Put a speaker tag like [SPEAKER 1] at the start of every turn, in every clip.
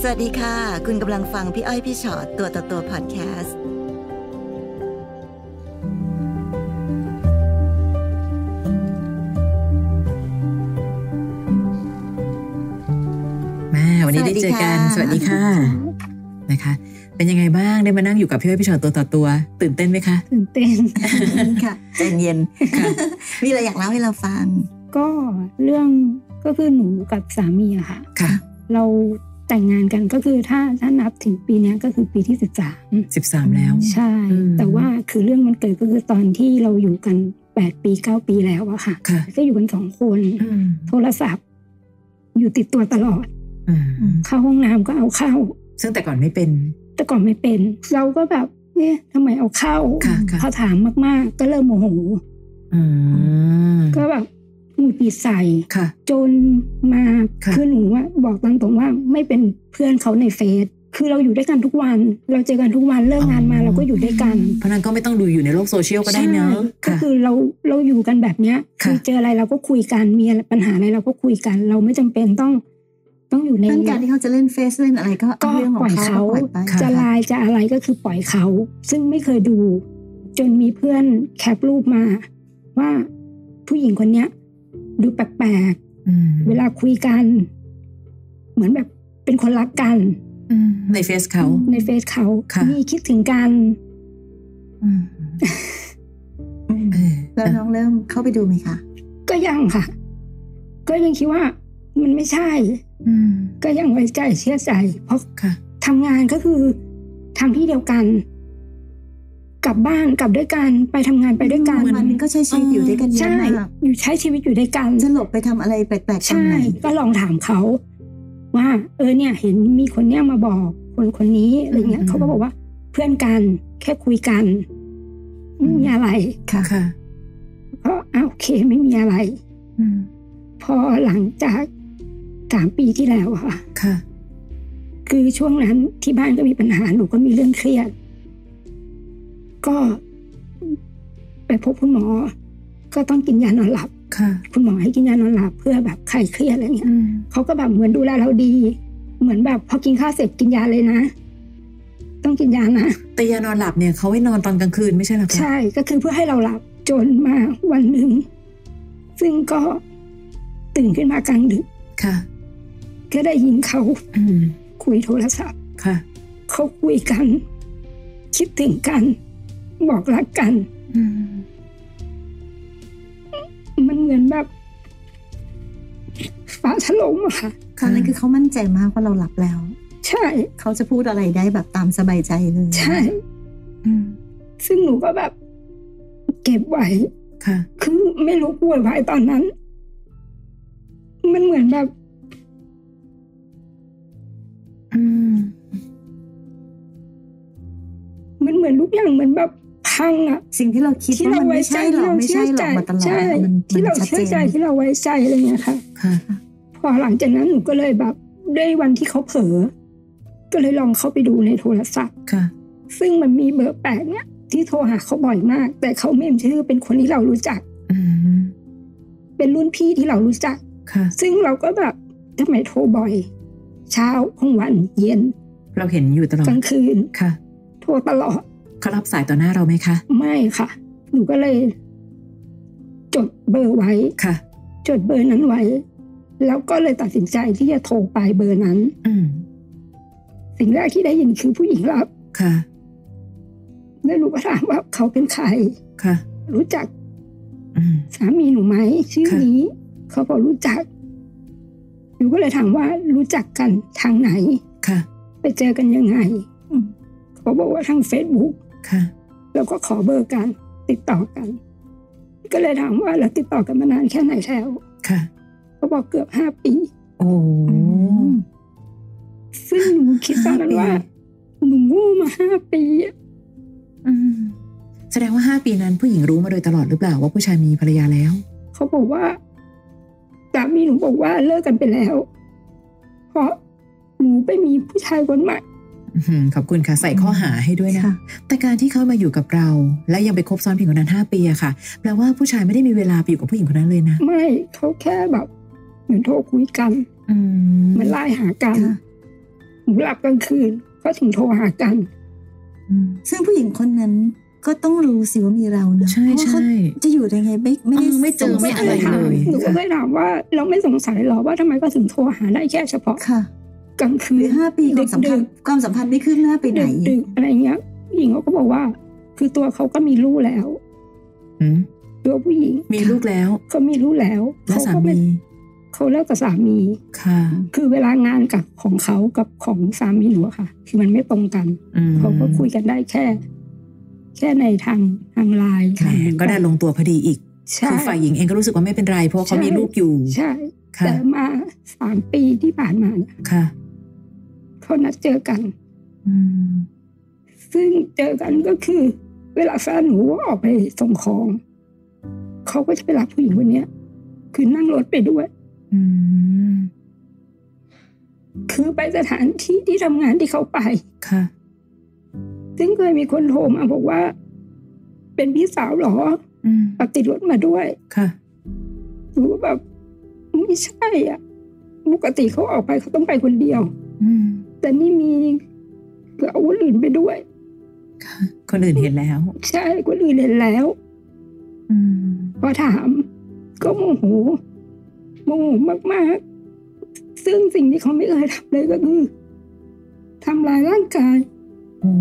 [SPEAKER 1] สวัสดีค่ะ คุณกำลังฟังพี่อ้อยพี่ชอตตัวต่อตัวพอดแคส ต์
[SPEAKER 2] มาวันนี้ได้เจอกัน
[SPEAKER 1] ส
[SPEAKER 2] ส
[SPEAKER 1] วั
[SPEAKER 2] วั
[SPEAKER 1] ส
[SPEAKER 2] ส
[SPEAKER 1] ดี
[SPEAKER 2] ดี
[SPEAKER 1] ค่ะ
[SPEAKER 2] ค่ะนะคะ เป็นยังไงบ้างได้มานั่งอยู่กับพี่อ้อยพี่ชอตตัวต่อตัว ตื่นเต้นไหมคะ
[SPEAKER 3] ตื่นเต้น
[SPEAKER 1] ค่ะใจเย็น
[SPEAKER 2] ค่ะ
[SPEAKER 1] มีอะไรอยากเล่าให้เราฟัง
[SPEAKER 3] ก็เรื่องก็คือหนูกับสามีอะค่ะ
[SPEAKER 2] ค่ะ
[SPEAKER 3] เราแต่งงานกันก็คือถ้าถ้านับถึงปีเนี้ยก็คือปีที่สิบสาม
[SPEAKER 2] 13 แล้ว
[SPEAKER 3] ใช่
[SPEAKER 2] อืม
[SPEAKER 3] แต่ว่าคือเรื่องมันเกิดก็คือตอนที่เราอยู่กันแปดปีเก้าปีแล้วอะค่ะ
[SPEAKER 2] ค่ะ
[SPEAKER 3] ก็อยู่กันสองคน
[SPEAKER 2] อืม
[SPEAKER 3] โทรศัพท์ อยู่ติดตัวตลอด
[SPEAKER 2] อืม
[SPEAKER 3] เข้าห้องน้ำก็เอาเข้า
[SPEAKER 2] ซึ่งแต่ก่อนไม่เป็น
[SPEAKER 3] แต่ก่อนไม่เป็น เราก็แบบเนี่ยทำไมเอาเข้า
[SPEAKER 2] ค่ะค่ะ
[SPEAKER 3] พอถามมากๆ ก็เริ่มโมโห
[SPEAKER 2] อืม
[SPEAKER 3] ก็แบบหงุดหงิดใส่
[SPEAKER 2] ค่ะ
[SPEAKER 3] จนมา
[SPEAKER 2] ค่ะ
[SPEAKER 3] คือหนูว่าบอกตามตรงว่าไม่เป็นเพื่อนเขาในเฟซคือเราอยู่ด้วยกันทุกวัน เราเจอกันทุกวันเลิกงานมาเราก็อยู่ด้วยกัน
[SPEAKER 2] เพราะนั้นก็ไม่ต้องดูอยู่ในโลกโซเชียลก็ได้เนอะ
[SPEAKER 3] ใช่ก็
[SPEAKER 2] ค่ะ
[SPEAKER 3] คือเราเราอยู่กันแบบเนี้ย
[SPEAKER 2] ค่ะ
[SPEAKER 3] เจออะไรเราก็คุยกันมีอะไรปัญหาอะไรเราก็คุยกัน เราไม่จำเป็นต้องต้องอยู่ใน
[SPEAKER 1] เรื่องการที่เขาจะเล่นเฟซเล่นอะไรก็
[SPEAKER 3] ก็
[SPEAKER 1] เรื่องของเขาก็
[SPEAKER 3] ป
[SPEAKER 1] ป
[SPEAKER 3] ล่
[SPEAKER 1] ล่อไป
[SPEAKER 3] อย ยเขา
[SPEAKER 2] ค่ะ
[SPEAKER 3] จะไลน์จะอะไรก็คือปล่อยเขา ซึ่งไม่เคยดู จนมีเพื่อนแคปรูปมา ว่าผู้หญิงคนเนี้ย ดูแปลกๆ
[SPEAKER 2] อืม
[SPEAKER 3] เวลาคุยกัน เหมือนแบบเป็นคนรักกัน
[SPEAKER 2] อืมในเฟซเขา
[SPEAKER 3] ในเฟซเขา
[SPEAKER 2] ค่ะ
[SPEAKER 3] มีคิดถึงกัน
[SPEAKER 2] อืม
[SPEAKER 1] อืม
[SPEAKER 2] เออ
[SPEAKER 1] แล้วน้องเริ่มเข้าไปดูไหมคะ
[SPEAKER 3] ก็ยังค่ะ ก็ยังคิดว่ามันไม่ใช่
[SPEAKER 2] อืม
[SPEAKER 3] ก็ยังไว้ใจเชื่อใจเพราะ
[SPEAKER 2] ค่ะ
[SPEAKER 3] ทำงานก็คือทำที่เดียวกัน กลับบ้านกลับด้วยกันไปทำงานไปด้วยกัน
[SPEAKER 1] มันก็ใช้ชีวิตอยู่ด้วยกันเยอะ
[SPEAKER 3] ใช่
[SPEAKER 1] มาก
[SPEAKER 3] อยู่ใช้ชีวิตอยู่ด้วยกัน
[SPEAKER 1] จะหลบไปทำอะไรแปลกๆตรง
[SPEAKER 3] ใช่
[SPEAKER 1] ไหน
[SPEAKER 3] ก็ลองถามเขา ว่า เออเนี่ย เห็นมีคนเนี้ยมาบอกคนคนนี้อะไรเงี้ยเขาก็บอกว่า เพื่อนกันแค่คุยกันไม่มีอะไร
[SPEAKER 1] ค่ะ
[SPEAKER 2] ค่ะ
[SPEAKER 3] ก็อ่ะโอเคไม่มีอะไร
[SPEAKER 2] อืม
[SPEAKER 3] พอหลังจากสามปีที่แล้วอะค่ะ
[SPEAKER 2] ค่ะ
[SPEAKER 3] คือช่วงนั้นที่บ้านก็มีปัญหาหนูก็มีเรื่องเครียด ก็ไปพบคุณหมอ ก็ต้องกินยานอนหลับ
[SPEAKER 2] ค่ะ
[SPEAKER 3] คุณหมอให้กินยานอนหลับ เพื่อแบบคลายเครียดอะไรเงี้ย
[SPEAKER 2] อืม
[SPEAKER 3] เขาก็แบบเหมือนดูแลเราดี เหมือนแบบพอกินข้าวเสร็จกินยาเลยนะ ต้องกินยานะ
[SPEAKER 2] แต่ยานอนหลับเนี่ยเขาให้นอนตอนกลางคืนไม่ใช่เหรอคะ
[SPEAKER 3] ใช่ก็คือเพื่อให้เราหลับจนมาวันหนึ่ง ซึ่งก็ตื่นขึ้นมากลางดึก
[SPEAKER 2] ค่ะ
[SPEAKER 3] ก็ได้ยินเขา
[SPEAKER 2] อืม
[SPEAKER 3] คุยโทรศัพท์
[SPEAKER 2] ค่ะ
[SPEAKER 3] เขาคุยกัน คิดถึงกัน บอกรักกัน
[SPEAKER 2] อืม
[SPEAKER 3] มันเหมือนแบบฟ้าถล่มอะค่ะ
[SPEAKER 1] ครั้งนั้นคือเขามั่นใจมากว่าเราหลับแล้ว
[SPEAKER 3] ใช่
[SPEAKER 1] เขาจะพูดอะไรได้แบบตามสบายใจเลย
[SPEAKER 3] ใช่
[SPEAKER 2] อืม
[SPEAKER 3] ซึ่งหนูก็แบบ เก็บไว้
[SPEAKER 2] ค่ะ
[SPEAKER 3] คือไม่รู้ป่วยวายตอนนั้น มันเหมือนแบบ
[SPEAKER 2] อืม
[SPEAKER 3] มันเหมือนทุกอย่างเหมือนแบบพังอะ
[SPEAKER 1] สิ่งที่เราคิด
[SPEAKER 3] ที่
[SPEAKER 1] ว่า
[SPEAKER 3] เรา
[SPEAKER 1] มัน
[SPEAKER 3] ไว้
[SPEAKER 1] ไม่
[SPEAKER 3] ใจ
[SPEAKER 1] ใช่หรอ
[SPEAKER 3] ที่
[SPEAKER 1] ก
[SPEAKER 3] เรา
[SPEAKER 1] ไม่
[SPEAKER 3] เชื่
[SPEAKER 1] ใช่หร
[SPEAKER 3] อใจ
[SPEAKER 1] อกมาตลอด
[SPEAKER 3] ใช่
[SPEAKER 1] มัน
[SPEAKER 3] ที่เรา
[SPEAKER 1] มันชัด
[SPEAKER 3] เชื่อ
[SPEAKER 1] เจ
[SPEAKER 3] ใจ
[SPEAKER 1] น
[SPEAKER 3] ที่เราไว้ใจอะไรเงี้ยค่ะ
[SPEAKER 2] ค่ะ
[SPEAKER 3] พอหลังจากนั้นหนูก็เลยแบบด้วยวันที่เขาเผลอก็เลยลองเข้าไปดูในโทรศัพท์
[SPEAKER 2] ค่ะ
[SPEAKER 3] ซึ่งมันมีเบอร์แปลกเนี่ยที่โทรหาเขาบ่อยมาก แต่เขาไม่เอ่ยชื่อเป็นคนที่เรารู้จัก
[SPEAKER 2] อืม
[SPEAKER 3] เป็นรุ่นพี่ที่เรารู้จัก
[SPEAKER 2] ค่ะ
[SPEAKER 3] ซึ่งเราก็แบบทำไมโทรบ่อย เช้ากลางวันเย็น
[SPEAKER 2] เราเห็นอยู่ตลอด
[SPEAKER 3] กลางคืน
[SPEAKER 2] ค่ะ
[SPEAKER 3] โทรตลอด
[SPEAKER 2] เขารับสายต่อหน้าเราไหมคะ
[SPEAKER 3] ไม่ค่ะ หนูก็เลย จดเบอร์ไว้
[SPEAKER 2] ค่ะ
[SPEAKER 3] จดเบอร์นั้นไว้ แล้วก็เลยตัดสินใจที่จะโทรไปเบอร์นั้น
[SPEAKER 2] อืม
[SPEAKER 3] สิ่งแรกที่ได้ยินคือผู้หญิงรับ
[SPEAKER 2] ค่ะ
[SPEAKER 3] แล้วหนูก็ถามว่าเขาเป็นใคร
[SPEAKER 2] ค่ะ
[SPEAKER 3] รู้จัก
[SPEAKER 2] อืม
[SPEAKER 3] สามีหนูไหมชื่อ
[SPEAKER 2] ค่ะ
[SPEAKER 3] นี้ เขาบอกรู้จัก หนูก็เลยถามว่ารู้จักกันทางไหน
[SPEAKER 2] ค่ะ
[SPEAKER 3] ไปเจอกันยังไง
[SPEAKER 1] อืม
[SPEAKER 3] เขาบอกว่าทางเฟซบุ๊ก
[SPEAKER 2] ค่ะ
[SPEAKER 3] แล้วก็ขอเบอร์กัน ติดต่อกัน ก็เลยถามว่าเราติดต่อกันมานานแค่ไหนแล้ว
[SPEAKER 2] ค่ะ
[SPEAKER 3] เขาบอกเกือบห้าปี
[SPEAKER 2] โอ้โห
[SPEAKER 3] ซึ่งหนูคิดตอนนั้นว่า
[SPEAKER 2] ห้าปี
[SPEAKER 3] หนูโงูมาห้าปีอะ
[SPEAKER 2] อืม แสดงว่าห้าปีนั้นผู้หญิงรู้มาโดยตลอดหรือเปล่าว่าผู้ชายมีภรรยาแล้ว
[SPEAKER 3] เขาบอกว่าสามีหนูบอกว่าเลิกกันไปแล้ว เพราะหนูไปมีผู้ชายคนใหม่
[SPEAKER 2] อื้อหือขอบคุณค่ะ ใส่ข้อหาให้ด้วยนะ
[SPEAKER 1] ค่ะ
[SPEAKER 2] แต่การที่เขามาอยู่กับเรา และยังไปคบซ้อนผู้หญิงคนนั้นห้าปีอะค่ะ แปลว่าผู้ชายไม่ได้มีเวลาไปอยู่กับผู้หญิงคนนั้นเลยนะ
[SPEAKER 3] ไม่เขาแค่แบบ เหมือนโทรคุยกัน
[SPEAKER 2] อืม
[SPEAKER 3] เหมือนไล่หากัน
[SPEAKER 1] ค่ะ
[SPEAKER 3] นูหลับกลางคืน ก็ถึงโทรหากัน
[SPEAKER 2] อืม
[SPEAKER 4] ซึ่งผู้หญิงคนนั้นก็ต้องรู้สิว่ามีเรานะ
[SPEAKER 2] ใช่
[SPEAKER 4] เพราะว่า
[SPEAKER 2] ใช่
[SPEAKER 4] เขาจะอยู่ยังไงไม่ไม่ได้
[SPEAKER 2] เออไม่เจอ
[SPEAKER 4] สงสัย
[SPEAKER 2] ไม่อะไร
[SPEAKER 3] ถา
[SPEAKER 2] เล
[SPEAKER 3] ม
[SPEAKER 2] ย
[SPEAKER 3] หนูก็เลยถามว่าเราไม่สงสัยหรอว่าทำไมก็ถึงโทรหาได้แค่เฉพาะ
[SPEAKER 4] ค่ะ
[SPEAKER 3] กลางคื
[SPEAKER 4] ห
[SPEAKER 3] น
[SPEAKER 4] รือห้าปีความสัมพัน
[SPEAKER 3] ดึ
[SPEAKER 4] ธ์
[SPEAKER 3] ก
[SPEAKER 4] ความสัมพันธ์ไม่ขึ้นหน้าไปไหน
[SPEAKER 3] ดึกๆอะไรเงี้ยผู้หญิงเขาก็บอกว่า คือตัวเขาก็มีลูกแล้ว
[SPEAKER 2] อืม
[SPEAKER 3] ตัวผู้หญิง
[SPEAKER 2] มีลูกแล้ว
[SPEAKER 3] เขามีลูกแล้ว
[SPEAKER 2] และสา
[SPEAKER 3] ก็
[SPEAKER 2] มี
[SPEAKER 3] เขาเลิกกับสามี
[SPEAKER 2] ค่ะ
[SPEAKER 3] คือเวลางานกับของเขากับของสามีหนูอะค่ะ คือมันไม่ตรงกัน
[SPEAKER 2] อืม
[SPEAKER 3] เขาก็คุยกันได้แค่ แค่ในทางทางไลน์
[SPEAKER 2] แหมก็ได้ลงตัวพอดีอีก
[SPEAKER 3] ใช่
[SPEAKER 2] คือฝ่ายหญิงเองก็รู้สึกว่าไม่เป็นไร เพราะเขามีลูกอยู่
[SPEAKER 3] ใช่
[SPEAKER 2] ค่ะ
[SPEAKER 3] แต่มาสามปีที่ผ่านมาเนี่ย
[SPEAKER 2] ค่ะ
[SPEAKER 3] เขานัดเจอกัน
[SPEAKER 2] อืม
[SPEAKER 3] ซึ่งเจอกันก็คือ เวลาแฟนหนูออกไปส่งของ เขาก็จะไปรับผู้หญิงคนเนี้ย คือนั่งรถไปด้วย
[SPEAKER 2] อืม
[SPEAKER 3] คือไปสถานที่ที่ทำงานที่เขาไป
[SPEAKER 2] ค่ะ
[SPEAKER 3] ซึ่งเคยมีคนโทรมาบอกว่า เป็นพี่สาวเหรอ
[SPEAKER 2] อืม
[SPEAKER 3] แบบติดรถมาด้วย
[SPEAKER 2] ค่ะ
[SPEAKER 3] หนูก็แบบไม่ใช่อ่ะปกติเขาออกไปเขาต้องไปคนเดียว
[SPEAKER 2] อืม
[SPEAKER 3] แต่นี่มีคืออาวุธอื่นไปด้วย
[SPEAKER 2] ค่ะ คนอื่นเห็นแล้ว
[SPEAKER 3] ใช่คนอื่นเห็นแล้ว
[SPEAKER 2] อืม
[SPEAKER 3] พอถามก็โมโหโมโหมากๆ ซึ่งสิ่งที่เขาไม่เคยทำเลยก็คือทำลายร่างกาย
[SPEAKER 2] โอ้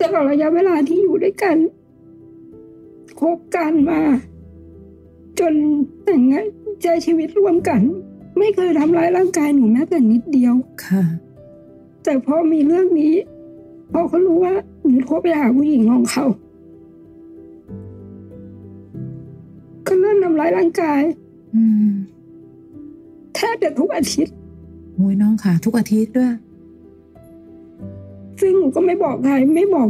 [SPEAKER 3] ตลอดระยะเวลาที่อยู่ด้วยกันคบกันมา จนแต่งงานใช้ชีวิตร่วมกัน ไม่เคยทำร้ายร่างกายหนูแม้แต่นิดเดียว
[SPEAKER 2] ค่ะ
[SPEAKER 3] แต่พอมีเรื่องนี้ พอเขารู้ว่าหนูโทรไปหาผู้หญิงของเขาก็เริ่มทำร้ายร่างกาย
[SPEAKER 2] อืม
[SPEAKER 3] แทบจะทุกอาทิตย์
[SPEAKER 2] โอ้ยน้องค่ะ ทุกอาทิตย์ด้วย
[SPEAKER 3] ซึ่งหนูก็ไม่บอกใครไม่บอก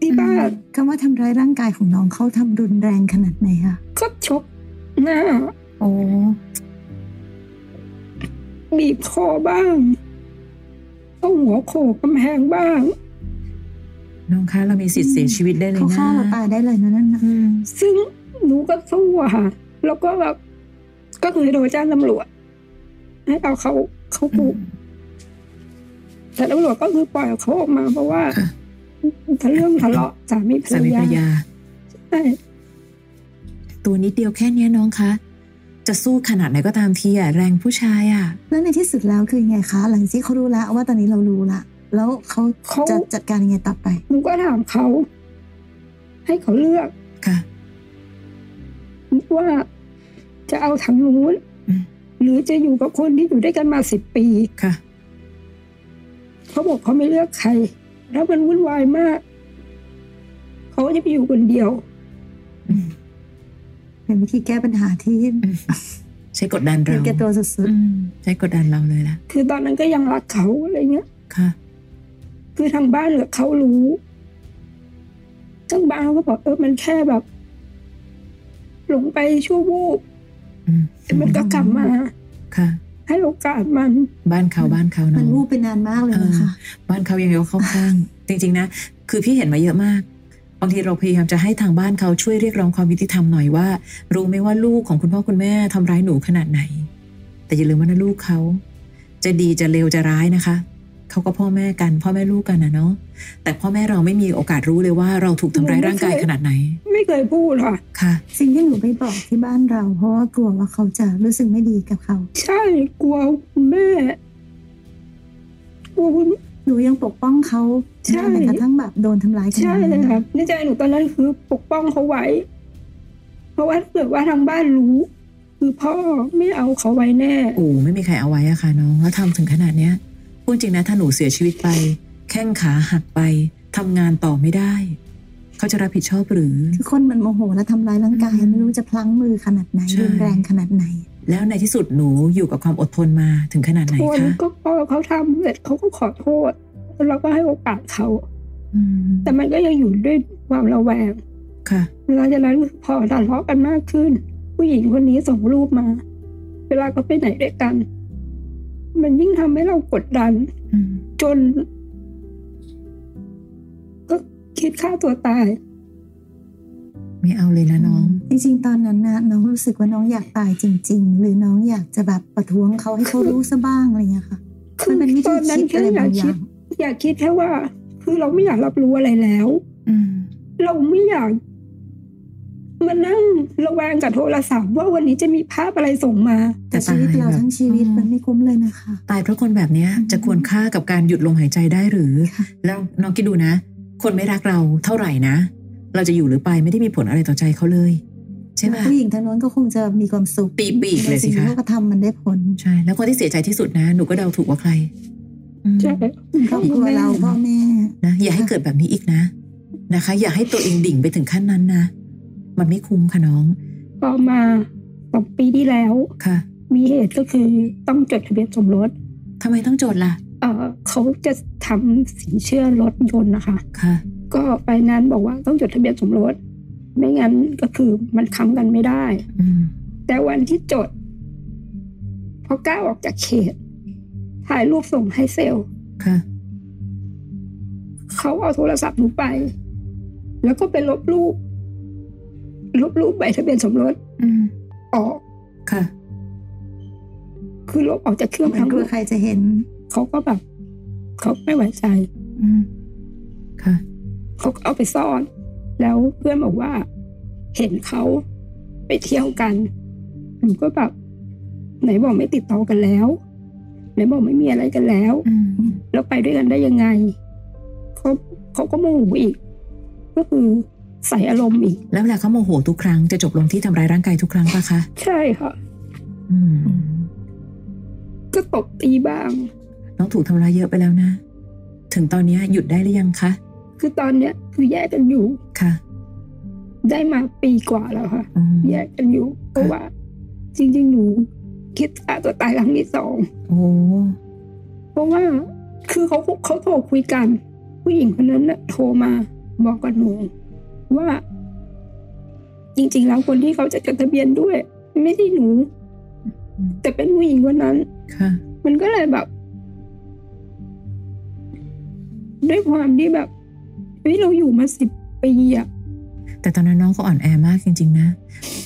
[SPEAKER 3] ที่บ้าน
[SPEAKER 4] คำว่าทำร้ายร่างกายของน้องเขาทำรุนแรงขนาดไหนคะ
[SPEAKER 3] ก็ชกหน้า
[SPEAKER 2] โอ้
[SPEAKER 3] บีบคอบ้างเอาหัวโขกกำแพงบ้าง
[SPEAKER 2] น้องคะเรามีสิทธิ์เสียชีวิตได้เลย
[SPEAKER 4] เขา
[SPEAKER 2] นะ
[SPEAKER 4] ฆ่าเราตายได้เลยนะนั่นนะ
[SPEAKER 2] อืม
[SPEAKER 3] ซึ่งหนูก็สู้อะค่ะ แล้วก็แบบก็คือโดนแจ้งตำรวจให้เอาเขาเขา
[SPEAKER 2] อื
[SPEAKER 3] ปุ
[SPEAKER 2] ม
[SPEAKER 3] แต่ตำรวจก็คือปล่อยเขาออกมาเพราะว่า
[SPEAKER 2] ค่ะ
[SPEAKER 3] ถ้าเรื่องทะเลาะสามีภร
[SPEAKER 2] สาร มีภร
[SPEAKER 3] ยาร
[SPEAKER 2] ยา
[SPEAKER 3] ใช่
[SPEAKER 2] ตัวนิดเดียวแค่เนี้ยน้องคะ จะสู้ขนาดไหนก็ตามทีอะแรงผู้ชายอะ
[SPEAKER 4] แล้วในที่สุดแล้วคือยังไงคะ หลังที่เขารู้ละว่าตอนนี้เรารู้ละ แล้วเขา
[SPEAKER 3] เขา
[SPEAKER 4] จะจัดการยังไงต่อไป
[SPEAKER 3] หนูก็ถามเขา ให้เขาเลือก
[SPEAKER 2] ค่ะ
[SPEAKER 3] ว่าจะเอาทางนู้น
[SPEAKER 2] อืม
[SPEAKER 3] หรือจะอยู่กับคนที่อยู่ด้วยกันมาสิบปี
[SPEAKER 2] ค่ะ
[SPEAKER 3] เขาบอกเขาไม่เลือกใคร แล้วมันวุ่นวายมาก เขาจะไปอยู่คนเดียว
[SPEAKER 2] อืม
[SPEAKER 4] เป็นวิธีแก้ปัญหาที่
[SPEAKER 2] อืมใช้กดดัน
[SPEAKER 4] เห็น
[SPEAKER 2] เรา
[SPEAKER 4] แก่ตัวสุด
[SPEAKER 2] อืมใช้กดดันเราเลยล่ะ
[SPEAKER 3] คือตอนนั้นก็ยังรักเขาอะไรเงี้ย
[SPEAKER 2] ค่ะ
[SPEAKER 3] คือทางบ้านเหรอเขารู้ทางบ้านเขาก็บอกเออมันแค่แบบ หลงไปชั่ววูบ
[SPEAKER 2] อืม
[SPEAKER 3] แต่มันก็กลับมา
[SPEAKER 2] ค่ะ
[SPEAKER 3] ให้โอกาสมัน
[SPEAKER 2] บ้านเขาบ้านเขา
[SPEAKER 4] ๆ
[SPEAKER 2] น้
[SPEAKER 4] มั
[SPEAKER 2] อนง
[SPEAKER 4] วูบไปนานมากเลยนะคะ
[SPEAKER 2] บ้านเขายังยกเข้าข้าง จริง ๆ นะ คือพี่เห็นมาเยอะมาก บางทีเราพยายามจะให้ทางบ้านเขาช่วยเรียกร้องความยุติธรรมหน่อยว่า รู้ไหมว่าลูกของคุณพ่อคุณแม่ทำร้ายหนูขนาดไหน แต่อย่าลืมว่านะลูกเขา จะดีจะเลวจะร้ายนะคะ เขาก็พ่อแม่กัน พ่อแม่ลูกกันนะเนาะ แต่พ่อแม่เราไม่มีโอกาสรู้เลยว่าเราถูกทำร้ายร่างกายขนาดไหน
[SPEAKER 3] ไม่เคยพูดค่ะ
[SPEAKER 2] ค่ะ
[SPEAKER 4] สิ่งที่หนูไปบอกที่บ้านเรา เพราะว่ากลัวว่าเขาจะรู้สึกไม่ดีกับเขา
[SPEAKER 3] ใช่กลัวคุณแม่กลัวคุณ
[SPEAKER 4] หนูยังปกป้องเขา
[SPEAKER 3] ใช่
[SPEAKER 4] แม้กระทั่งแบบโดนทำร้ายขนาด
[SPEAKER 3] ใช่เล
[SPEAKER 4] นั้
[SPEAKER 3] ย
[SPEAKER 4] น
[SPEAKER 3] ครับในใจหนูตอนนั้นคือปกป้องเขาไว้ เพราะว่าถ้าเกิดว่าทางบ้านรู้ คือพ่อไม่เอาเขาไว้แน่
[SPEAKER 2] โอ้ไม่มีใครเอาไว้อะค่ะน้อง แล้วทำถึงขนาดเนี้ยพูดจริงนะถ้าหนูเสียชีวิตไป แข้งขาหักไปทำงานต่อไม่ได้ เขาจะรับผิดชอบหรือ
[SPEAKER 4] คือคนมันโมโหและทำร้ายร่างกาย
[SPEAKER 2] อืม
[SPEAKER 4] ไม่รู้จะพลั้งมือขนาดไหน
[SPEAKER 2] ใช่
[SPEAKER 4] รุนแรงขนาดไหน
[SPEAKER 2] แล้วในที่สุดหนูอยู่กับความอดทนมาถึงขนาดไหน
[SPEAKER 3] คน
[SPEAKER 2] คะ
[SPEAKER 3] ก็พอเขาทำเสร็จเขาก็ขอโทษแล้วเราก็ให้โอกาสเขา
[SPEAKER 2] อืม
[SPEAKER 3] แต่มันก็ยังอยู่ด้วยความระแวง
[SPEAKER 2] ค่ะ
[SPEAKER 3] หลังจากนั้นพอทะเลาะกันมากขึ้น ผู้หญิงคนนี้ส่งรูปมา เวลาเขาไปไหนด้วยกัน มันยิ่งทำให้เรากดดัน
[SPEAKER 2] อืม
[SPEAKER 3] จน ก็คิดฆ่าตัวตาย
[SPEAKER 2] ไม่เอาเลยนะน้อง
[SPEAKER 4] จริงๆตอนนั้นนะน้องรู้สึกว่าน้องอยากตายจริง ๆ หรือน้องอยากจะแบบประท้วงเขาให้เขารู้ซะบ้างอะไรเงี้ยค่ะ
[SPEAKER 3] คือ
[SPEAKER 4] มันเป็นวิ
[SPEAKER 3] ต
[SPEAKER 4] ธี
[SPEAKER 3] อนนั้น
[SPEAKER 4] คิด
[SPEAKER 3] แค่
[SPEAKER 4] อะไร
[SPEAKER 3] อยา
[SPEAKER 4] บาก งอย่า
[SPEAKER 3] คิด
[SPEAKER 4] ง
[SPEAKER 3] อยากคิดแค่ว่า คือเราไม่อยากรับรู้อะไรแล้ว
[SPEAKER 2] อืม
[SPEAKER 3] เราไม่อยากมานั่งระแวงกับโทรศัพท์ว่าวันนี้จะมีภาพอะไรส่งมา
[SPEAKER 4] แต่ชีวิตเราทั้งชีวิตมันไม่คุ้มเลยนะคะ
[SPEAKER 2] ตายเพราะคนแบบเนี้ย
[SPEAKER 4] อืม
[SPEAKER 2] จะควรค่ากับการหยุดลมหายใจได้หรือ
[SPEAKER 4] ค่ะ
[SPEAKER 2] แล้วน้องคิดดูนะ คนไม่รักเราเท่าไหร่นะ เราจะอยู่หรือไปไม่ได้มีผลอะไรต่อใจเขาเลย ใช่ไหม
[SPEAKER 4] ผู้หญิงทางโน้นก็คงจะมีความสุข
[SPEAKER 2] ปีปีกเลยสิคะ
[SPEAKER 4] ในงที่เขาก็ทำมันได้ผล
[SPEAKER 2] ใช่ แล้วคนที่เสียใจที่สุดนะ หนูก็เดาถูกว่าใครอืม
[SPEAKER 3] ใช่
[SPEAKER 4] ครอบครัวเราพ่อแม่
[SPEAKER 2] นะอย่าให้
[SPEAKER 4] ค่ะ
[SPEAKER 2] เกิดแบบนี้อีกนะนะคะ อย่าให้ตัวเองดิ่งไปถึงขั้นนั้นนะ มันไม่คุ้มค่ะน้อง
[SPEAKER 3] พอมาสองปีที่แล้ว
[SPEAKER 2] ค่ะ
[SPEAKER 3] มีเหตุก็คือต้องจดทะเบียนสมรส
[SPEAKER 2] ทำไมต้องโจทย์ล่ะ
[SPEAKER 3] เอ่อเขาจะทำสินเชื่อรถยนต์นะคะ
[SPEAKER 2] ค่ะ
[SPEAKER 3] ก็ไฟแนนซ์บอกว่าต้องจดทะเบียนสมรส ไม่งั้นก็คือมันค้ำกันไม่ได้
[SPEAKER 2] อืม
[SPEAKER 3] แต่วันที่จด พอก้าวออกจากเขต ถ่ายรูปส่งให้เซลล์
[SPEAKER 2] ค่ะ
[SPEAKER 3] เขาเอาโทรศัพท์หนูไป แล้วก็ไปลบรูป ลบรูปใบทะเบียนสมรส
[SPEAKER 2] อืม
[SPEAKER 3] ออก
[SPEAKER 2] ค่ะ
[SPEAKER 3] คือลบออกจากเครื่อง
[SPEAKER 4] มัน
[SPEAKER 3] ทั้ง
[SPEAKER 4] กลั
[SPEAKER 3] รู
[SPEAKER 4] ว
[SPEAKER 3] ป
[SPEAKER 4] ใครจะเห็น
[SPEAKER 3] เขาก็แบบ เขาไม่ไว้ใจ
[SPEAKER 2] อืมค่ะ
[SPEAKER 3] เขาก็เอาไปซ่อน แล้วเพื่อนบอกว่า เห็นเขาไปเที่ยวกันหนูก็แบบไหนบอกไม่ติดต่อกันแล้ว ไหนบอกไม่มีอะไรกันแล้ว
[SPEAKER 2] อืม
[SPEAKER 3] แล้วไปด้วยกันได้ยังไงเขาเขาก็โมโหอีก ก็คือใส่อารมณ์อีก
[SPEAKER 2] แล้วเวลาเขาโมโหทุกครั้งจะจบลงที่ทำร้ายร่างกายทุกครั้งปะคะ
[SPEAKER 3] ใช่ค่ะ
[SPEAKER 2] อืม
[SPEAKER 3] ก็ตบตีบ้าง
[SPEAKER 2] น้องถูกทำร้ายเยอะไปแล้วนะ ถึงตอนเนี้ยหยุดได้หรือยังคะ
[SPEAKER 3] คือตอนเนี้ย คือแยกกันอยู่
[SPEAKER 2] ค่ะ
[SPEAKER 3] ได้มาปีกว่าแล้วค่ะ
[SPEAKER 2] อืม
[SPEAKER 3] แยกกันอยู่ เพราะว่า จริง ๆ หนูคิดฆ่าตัวตายครั้งที่สอง
[SPEAKER 2] โอ้
[SPEAKER 3] เพราะว่าคือเขาเขาโทรคุยกัน ผู้หญิงคนนั้นน่ะโทรมาบอกกับหนูว่า จริง ๆ แล้วคนที่เขาจะจดทะเบียนด้วย ไม่ได้หนู แต่เป็นผู้หญิงคนนั้น
[SPEAKER 2] ค่ะ
[SPEAKER 3] มันก็เลยแบบ ด้วยความที่แบบเฮ้ยเราอยู่มาสิบปีอะ
[SPEAKER 2] แต่ตอนนั้นน้องก็อ่อนแอมากจริง ๆ นะ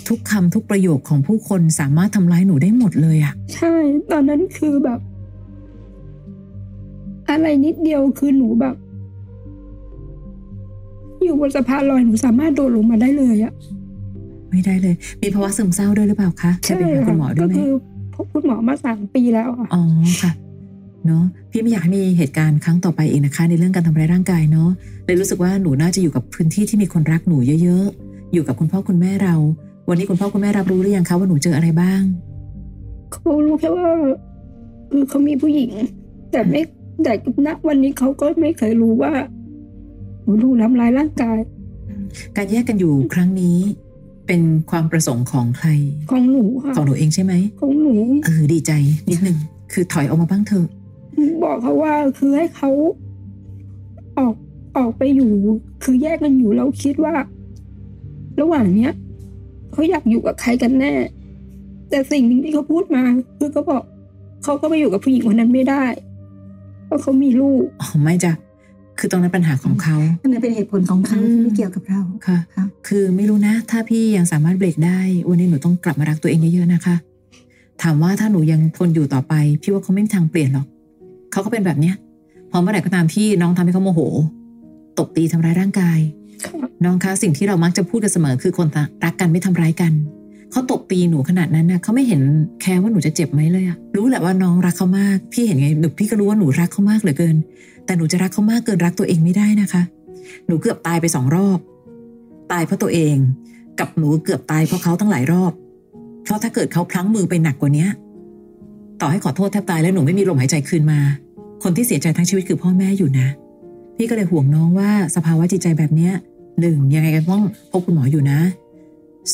[SPEAKER 2] ทุกคำทุกประโยคของผู้คนสามารถทำร้ายหนูได้หมดเลยอะ
[SPEAKER 3] ใช่ ตอนนั้นคือแบบ อะไรนิดเดียวคือหนูแบบ อยู่บนสะพานลอยหนูสามารถโดดลงมาได้เลยอะ
[SPEAKER 2] ไม่ได้เลย มีภาวะซึมเศร้าด้วยหรือเปล่าคะเคยไปหาคุณหมอด้วยไหม
[SPEAKER 3] ก็คือพบคุณหมอมาสามปีแล้วค่ะ
[SPEAKER 2] อ๋อค่ะ เนอะพี่ไม่อยากให้มีเหตุการณ์ครั้งต่อไปอีกนะคะ ในเรื่องการทำร้ายร่างกายเนอะเลยรู้สึกว่าหนูน่าจะอยู่กับพื้นที่ที่มีคนรักหนูเยอะๆ อยู่กับคุณพ่อคุณแม่เรา วันนี้คุณพ่อคุณแม่รับรู้หรือยังคะว่าหนูเจออะไรบ้าง
[SPEAKER 3] เขารู้แค่ว่าคือเขามีผู้หญิง แต่ไม่แต่ณวันนี้เขาก็ไม่เคยรู้ว่าหนูถูกทำร้ายร่างกาย
[SPEAKER 2] การแยกกันอยู่ครั้งนี้ เป็นความประสงค์ของใคร
[SPEAKER 3] ของหนูค่ะ
[SPEAKER 2] ของหนูเองใช่ไหม
[SPEAKER 3] ของหนู
[SPEAKER 2] เออดีใจนิดนึงคือถอยออกมาบ้างเถอะ
[SPEAKER 3] บอกเขาว่าคือให้เขาออกออกไปอยู่ คือแยกกันอยู่แล้วคิดว่า ระหว่างเนี้ยเขาอยากอยู่กับใครกันแน่ แต่สิ่งหนึ่งที่เขาพูดมา คือเขาบอกเขาก็ไปอยู่กับผู้หญิงคนนั้นไม่ได้เพราะเขามีลูก
[SPEAKER 2] อ๋อไม่จ้ะคือตรงนั้นปัญหาของเขา
[SPEAKER 4] อันนั้นเป็นเหตุผลของเขา
[SPEAKER 2] อืม
[SPEAKER 4] ที่ไม่เกี่ยวกับเรา
[SPEAKER 2] ค่ะ
[SPEAKER 4] ค่ะ
[SPEAKER 2] คือไม่รู้นะ ถ้าพี่ยังสามารถเบรกได้ วันนี้หนูต้องกลับมารักตัวเองเยอะๆนะคะ ถามว่าถ้าหนูยังทนอยู่ต่อไป พี่ว่าเขาไม่มีทางเปลี่ยนหรอก เขาก็เป็นแบบเนี้ย พอเมื่อไหร่ก็ตามที่น้องทำให้เขาโมโห ตบตีทำร้ายร่างกาย น้องคะสิ่งที่เรามักจะพูดกันเสมอคือคนรักกันไม่ทำร้ายกัน เขาตบตีหนูขนาดนั้นนะเขาไม่เห็นแคร์ว่าหนูจะเจ็บไหมเลยอะรู้แหละว่าน้องรักเขามาก พี่เห็นไงหนูพี่ก็รู้ว่าหนูรักเขามากเหลือเกิน แต่หนูจะรักเขามากเกินรักตัวเองไม่ได้นะคะ หนูเกือบตายไปสองรอบ ตายเพราะตัวเอง กับหนูเกือบตายเพราะเขาตั้งหลายรอบ เพราะถ้าเกิดเขาพลั้งมือไปหนักกว่าเนี้ยต่อให้ขอโทษแทบตายแล้วหนูไม่มีลมหายใจคืนมา คนที่เสียใจทั้งชีวิตคือพ่อแม่อยู่นะ พี่ก็เลยห่วงน้องว่าสภาวะจิตใจแบบเนี้ย หนึ่งยังไงก็ต้องพบคุณหมออยู่นะ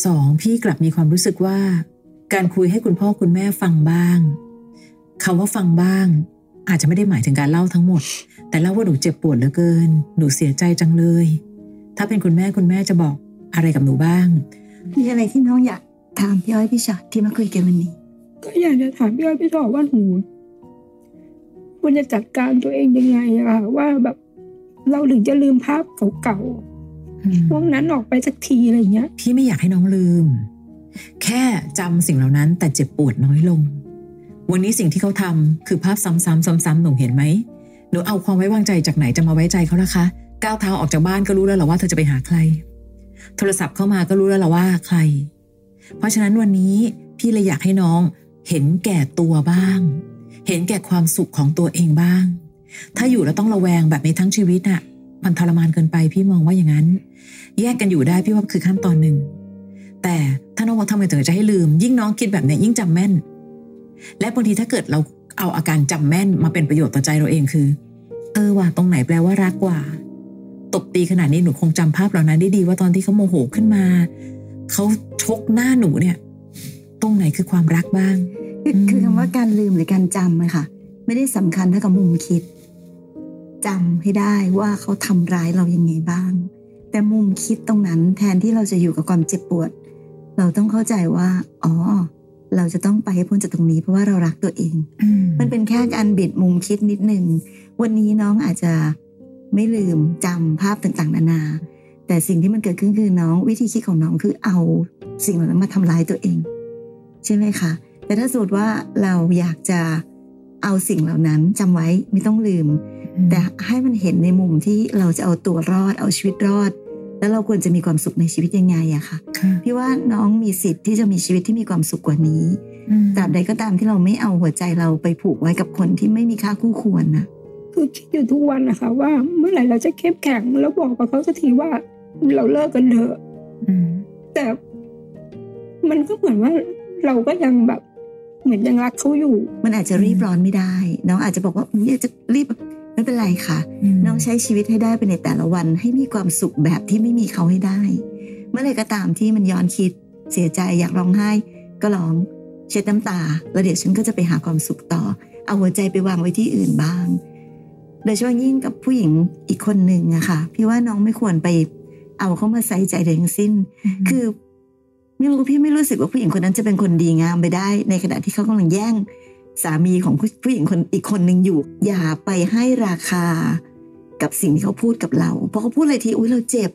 [SPEAKER 2] สองพี่กลับมีความรู้สึกว่า การคุยให้คุณพ่อคุณแม่ฟังบ้างคำว่าฟังบ้าง อาจจะไม่ได้หมายถึงการเล่าทั้งหมด แต่เล่าว่าหนูเจ็บปวดเหลือเกิน หนูเสียใจจังเลย ถ้าเป็นคุณแม่คุณแม่จะบอกอะไรกับหนูบ้าง
[SPEAKER 4] มีอะไรที่น้องอยากถามพี่อ้อยพี่ชอตที่มาคุยกันวันนี้
[SPEAKER 3] ก็อยากจะถามพี่อ้อยพี่ต่อว่าหนูควรจะจัดการตัวเองยังไงอะว่าแบบ เราถึงจะลืมภาพเก่า พวกนั้นออกไปสักทีอะไรเงี้ย
[SPEAKER 2] พี่ไม่อยากให้น้องลืม แค่จำสิ่งเหล่านั้นแต่เจ็บปวดน้อยลง วันนี้สิ่งที่เขาทำคือภาพซ้ำๆซ้ำๆหนูเห็นไหมหนูเอาความไว้วางใจจากไหนจะมาไว้ใจเขาล่ะคะก้าวเท้าออกจากบ้านก็รู้แล้วเหรอว่าเธอจะไปหาใคร โทรศัพท์เข้ามาก็รู้แล้วเหรอว่าใคร เพราะฉะนั้นวันนี้พี่เลยอยากให้น้องเห็นแก่ตัวบ้าง เห็นแก่ความสุขของตัวเองบ้าง ถ้าอยู่แล้วต้องระแวงแบบนี้ทั้งชีวิตน่ะ มันทรมานเกินไปพี่มองว่าอย่างนั้น แยกกันอยู่ได้พี่ว่าคือขั้นตอนหนึ่ง แต่ถ้าน้องบอกทำไงถึงจะให้ลืม ยิ่งน้องคิดแบบเนี้ยยิ่งจำแม่น และบางทีถ้าเกิดเราเอาอาการจำแม่นมาเป็นประโยชน์ต่อใจเราเองคือ เออว่ะตรงไหนแปลว่ารักกว่า ตบตีขนาดนี้หนูคงจำภาพเหล่านั้นได้ดีว่าตอนที่เขาโมโหขึ้นมา เขาชกหน้าหนูเนี่ย ตรงไหนคือความรักบ้าง
[SPEAKER 4] คือ
[SPEAKER 2] อืม
[SPEAKER 4] คือคำว่าการลืมหรือการจำอะค่ะ ไม่ได้สำคัญเท่ากับมุมคิดจำให้ได้ว่าเขาทำร้ายเรายังไงบ้าง แต่มุมคิดตรงนั้นแทนที่เราจะอยู่กับความเจ็บปวด เราต้องเข้าใจว่า อ๋อ เราจะต้องไปให้พ้นจากตรงนี้เพราะว่าเรารักตัวเอง มันเป็นแค่การบิดมุมคิดนิดหนึ่ง วันนี้น้องอาจจะไม่ลืมจำภาพต่างๆ นานา แต่สิ่งที่มันเกิดขึ้นคือน้องวิธีคิดของน้องคือเอาสิ่งเหล่านั้นมาทำร้ายตัวเอง ใช่ไหมคะ แต่ถ้าสมมติว่าเราอยากจะเอาสิ่งเหล่านั้นจำไว้ไม่ต้องลืม แต่ให้มันเห็นในมุมที่เราจะเอาตัวรอดเอาชีวิตรอด แล้วเราควรจะมีความสุขในชีวิตยังไงอะค่ะ
[SPEAKER 2] ค่ะ
[SPEAKER 4] พี่ว่าน้องมีสิทธิ์ที่จะมีชีวิตที่มีความสุขกว่านี้ ตราบใดก็ตามที่เราไม่เอาหัวใจเราไปผูกไว้กับคนที่ไม่มีค่าคู่ควรนะ
[SPEAKER 3] คือคิดอยู่ทุกวันนะคะว่าเมื่อไหร่เราจะเข้มแข็งแล้วบอกกับเขาสักทีว่าเราเลิกกันเถอะ
[SPEAKER 2] อืม
[SPEAKER 3] แต่มันก็เหมือนว่าเราก็ยังแบบ เหมือนยังรักเขาอยู่
[SPEAKER 4] มันอาจจะรีบร้อนไม่ได้ น้องอาจจะบอกว่าอุ๊ยอยากจะรีบไม่เป็นไรค่ะ
[SPEAKER 2] ม
[SPEAKER 4] น้องใช้ชีวิตให้ได้ไปในแต่ละวันให้มีความสุขแบบที่ไม่มีเขาให้ได้ เมื่อไหรก็ตามที่มันย้อนคิดเสียใจอยากร้องไห้ ก็ร้องเช็ดน้ำตา แล้วเดี๋ยวฉันก็จะไปหาความสุขต่อ เอาหัวใจไปวางไว้ที่อื่นบ้าง โดยเฉพาะยิ่งกับผู้หญิงอีกคนหนึ่งอะค่ะพี่ว่าน้องไม่ควรไปเอาเข้ามาใส่ใจใดทั้งสิ้น คือไม่รู้พี่ไม่รู้สึกว่าผู้หญิงคนนั้นจะเป็นคนดีงามไปได้ ในขณะที่เขากำลังแย่ง สามีของผู้ผู้หญิงคนอีกคนหนึ่งอยู่ อย่าไปให้ราคากับสิ่งที่เขาพูดกับเราเพราะเขาพูดอะไรทีอุ้ยเราเจ็บ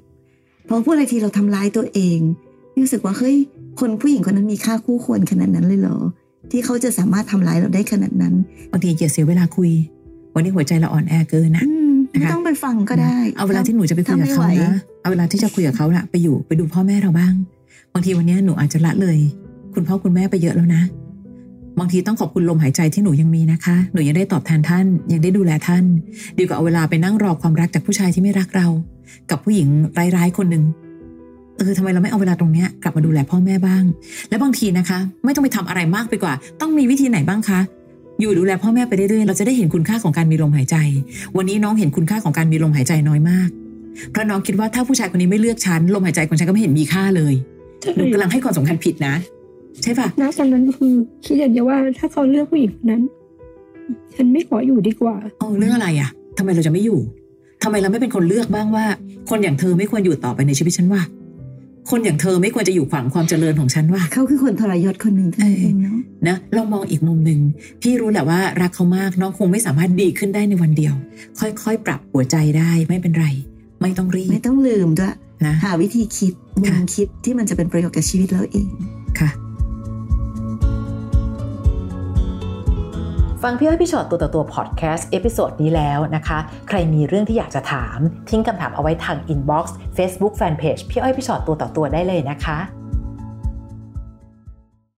[SPEAKER 4] พอเขาพูดอะไรทีเราทำร้ายตัวเองพี่รู้สึกว่าเฮ้ยคนผู้หญิงคนนั้นมีค่าคู่ควรขนาดนั้นเลยเหรอ ที่เขาจะสามารถทำร้ายเราได้ขนาดนั้น
[SPEAKER 2] บางทีอย่าเสียเวลาคุย วันนี้หัวใจเราอ่อนแอเกินนะ
[SPEAKER 4] อืมไม่ต้องไปฟังก็ได้
[SPEAKER 2] เอาเวลาที่หนูจะไปคุย
[SPEAKER 4] ถ้า
[SPEAKER 2] กับ
[SPEAKER 4] ไม่
[SPEAKER 2] เขา
[SPEAKER 4] ไหว
[SPEAKER 2] นะเอาเวลาที่จะคุยกับเขาละไปอยู่ไปดูพ่อแม่เราบ้าง บางทีวันเนี้ยหนูอาจจะละเลย คุณพ่อคุณแม่ไปเยอะแล้วนะ บางทีต้องขอบคุณลมหายใจที่หนูยังมีนะคะ หนูยังได้ตอบแทนท่าน ยังได้ดูแลท่าน ดีกว่าเอาเวลาไปนั่งรอความรักจากผู้ชายที่ไม่รักเรา กับผู้หญิงร้ายๆคนหนึ่งเออทำไมเราไม่เอาเวลาตรงเนี้ยกลับมาดูแลพ่อแม่บ้าง และบางทีนะคะ ไม่ต้องไปทำอะไรมากไปกว่า ต้องมีวิธีไหนบ้างคะ อยู่ดูแลพ่อแม่ไปเรื่อยๆเราจะได้เห็นคุณค่าของการมีลมหายใจ วันนี้น้องเห็นคุณค่าของการมีลมหายใจน้อยมาก เพราะน้องคิดว่าถ้าผู้ชายคนนี้ไม่เลือกฉันลมหายใจของฉันก็ไม่เห็นมีค่าเลยหนูกำลังให้ความสำคัญผิดนะ ใช่ปะ
[SPEAKER 3] ณตอนนั้นก็คือคิดอย่างเดียวว่าถ้าเขาเลือกผู้หญิงคนนั้น ฉันไม่ขออยู่ดีกว่า
[SPEAKER 2] เออเรื่องอะไรอะทำไมเราจะไม่อยู่ทำไมเราไม่เป็นคนเลือกบ้างว่า คนอย่างเธอไม่ควรอยู่ต่อไปในชีวิตฉันวะคนอย่างเธอไม่ควรจะอยู่ขวางความเจริญของฉันวะ
[SPEAKER 4] เขาคือคนทรยศคนหนึ่งเท่านั้นเองเนาะ
[SPEAKER 2] นะเรามองอีกมุมหนึ่งพี่รู้แหละว่ารักเขามากน้องคงไม่สามารถดีขึ้นได้ในวันเดียว ค่อยๆ ปรับหัวใจได้ไม่เป็นไร ไม่ต้องรี
[SPEAKER 4] ไม่
[SPEAKER 2] บ
[SPEAKER 4] ต้องลืมด้วย
[SPEAKER 2] นะ
[SPEAKER 4] หาวิธีคิดมุ
[SPEAKER 2] ค่ะ
[SPEAKER 4] มคิดที่มันจะเป็นประโยชน์กับชีวิตเราเอง
[SPEAKER 2] ค่ะ
[SPEAKER 5] ฟังพี่อ้อยพี่ชอตตัวต่อตัวพอดแคสต์เอพิโซดนี้แล้วนะคะ ใครมีเรื่องที่อยากจะถาม ทิ้งคำถามเอาไว้ทางอินบ็อกซ์เฟซบุ๊กแฟนเพจพี่อ้อยพี่ชอตตัวต่อตัวได้เลยนะคะ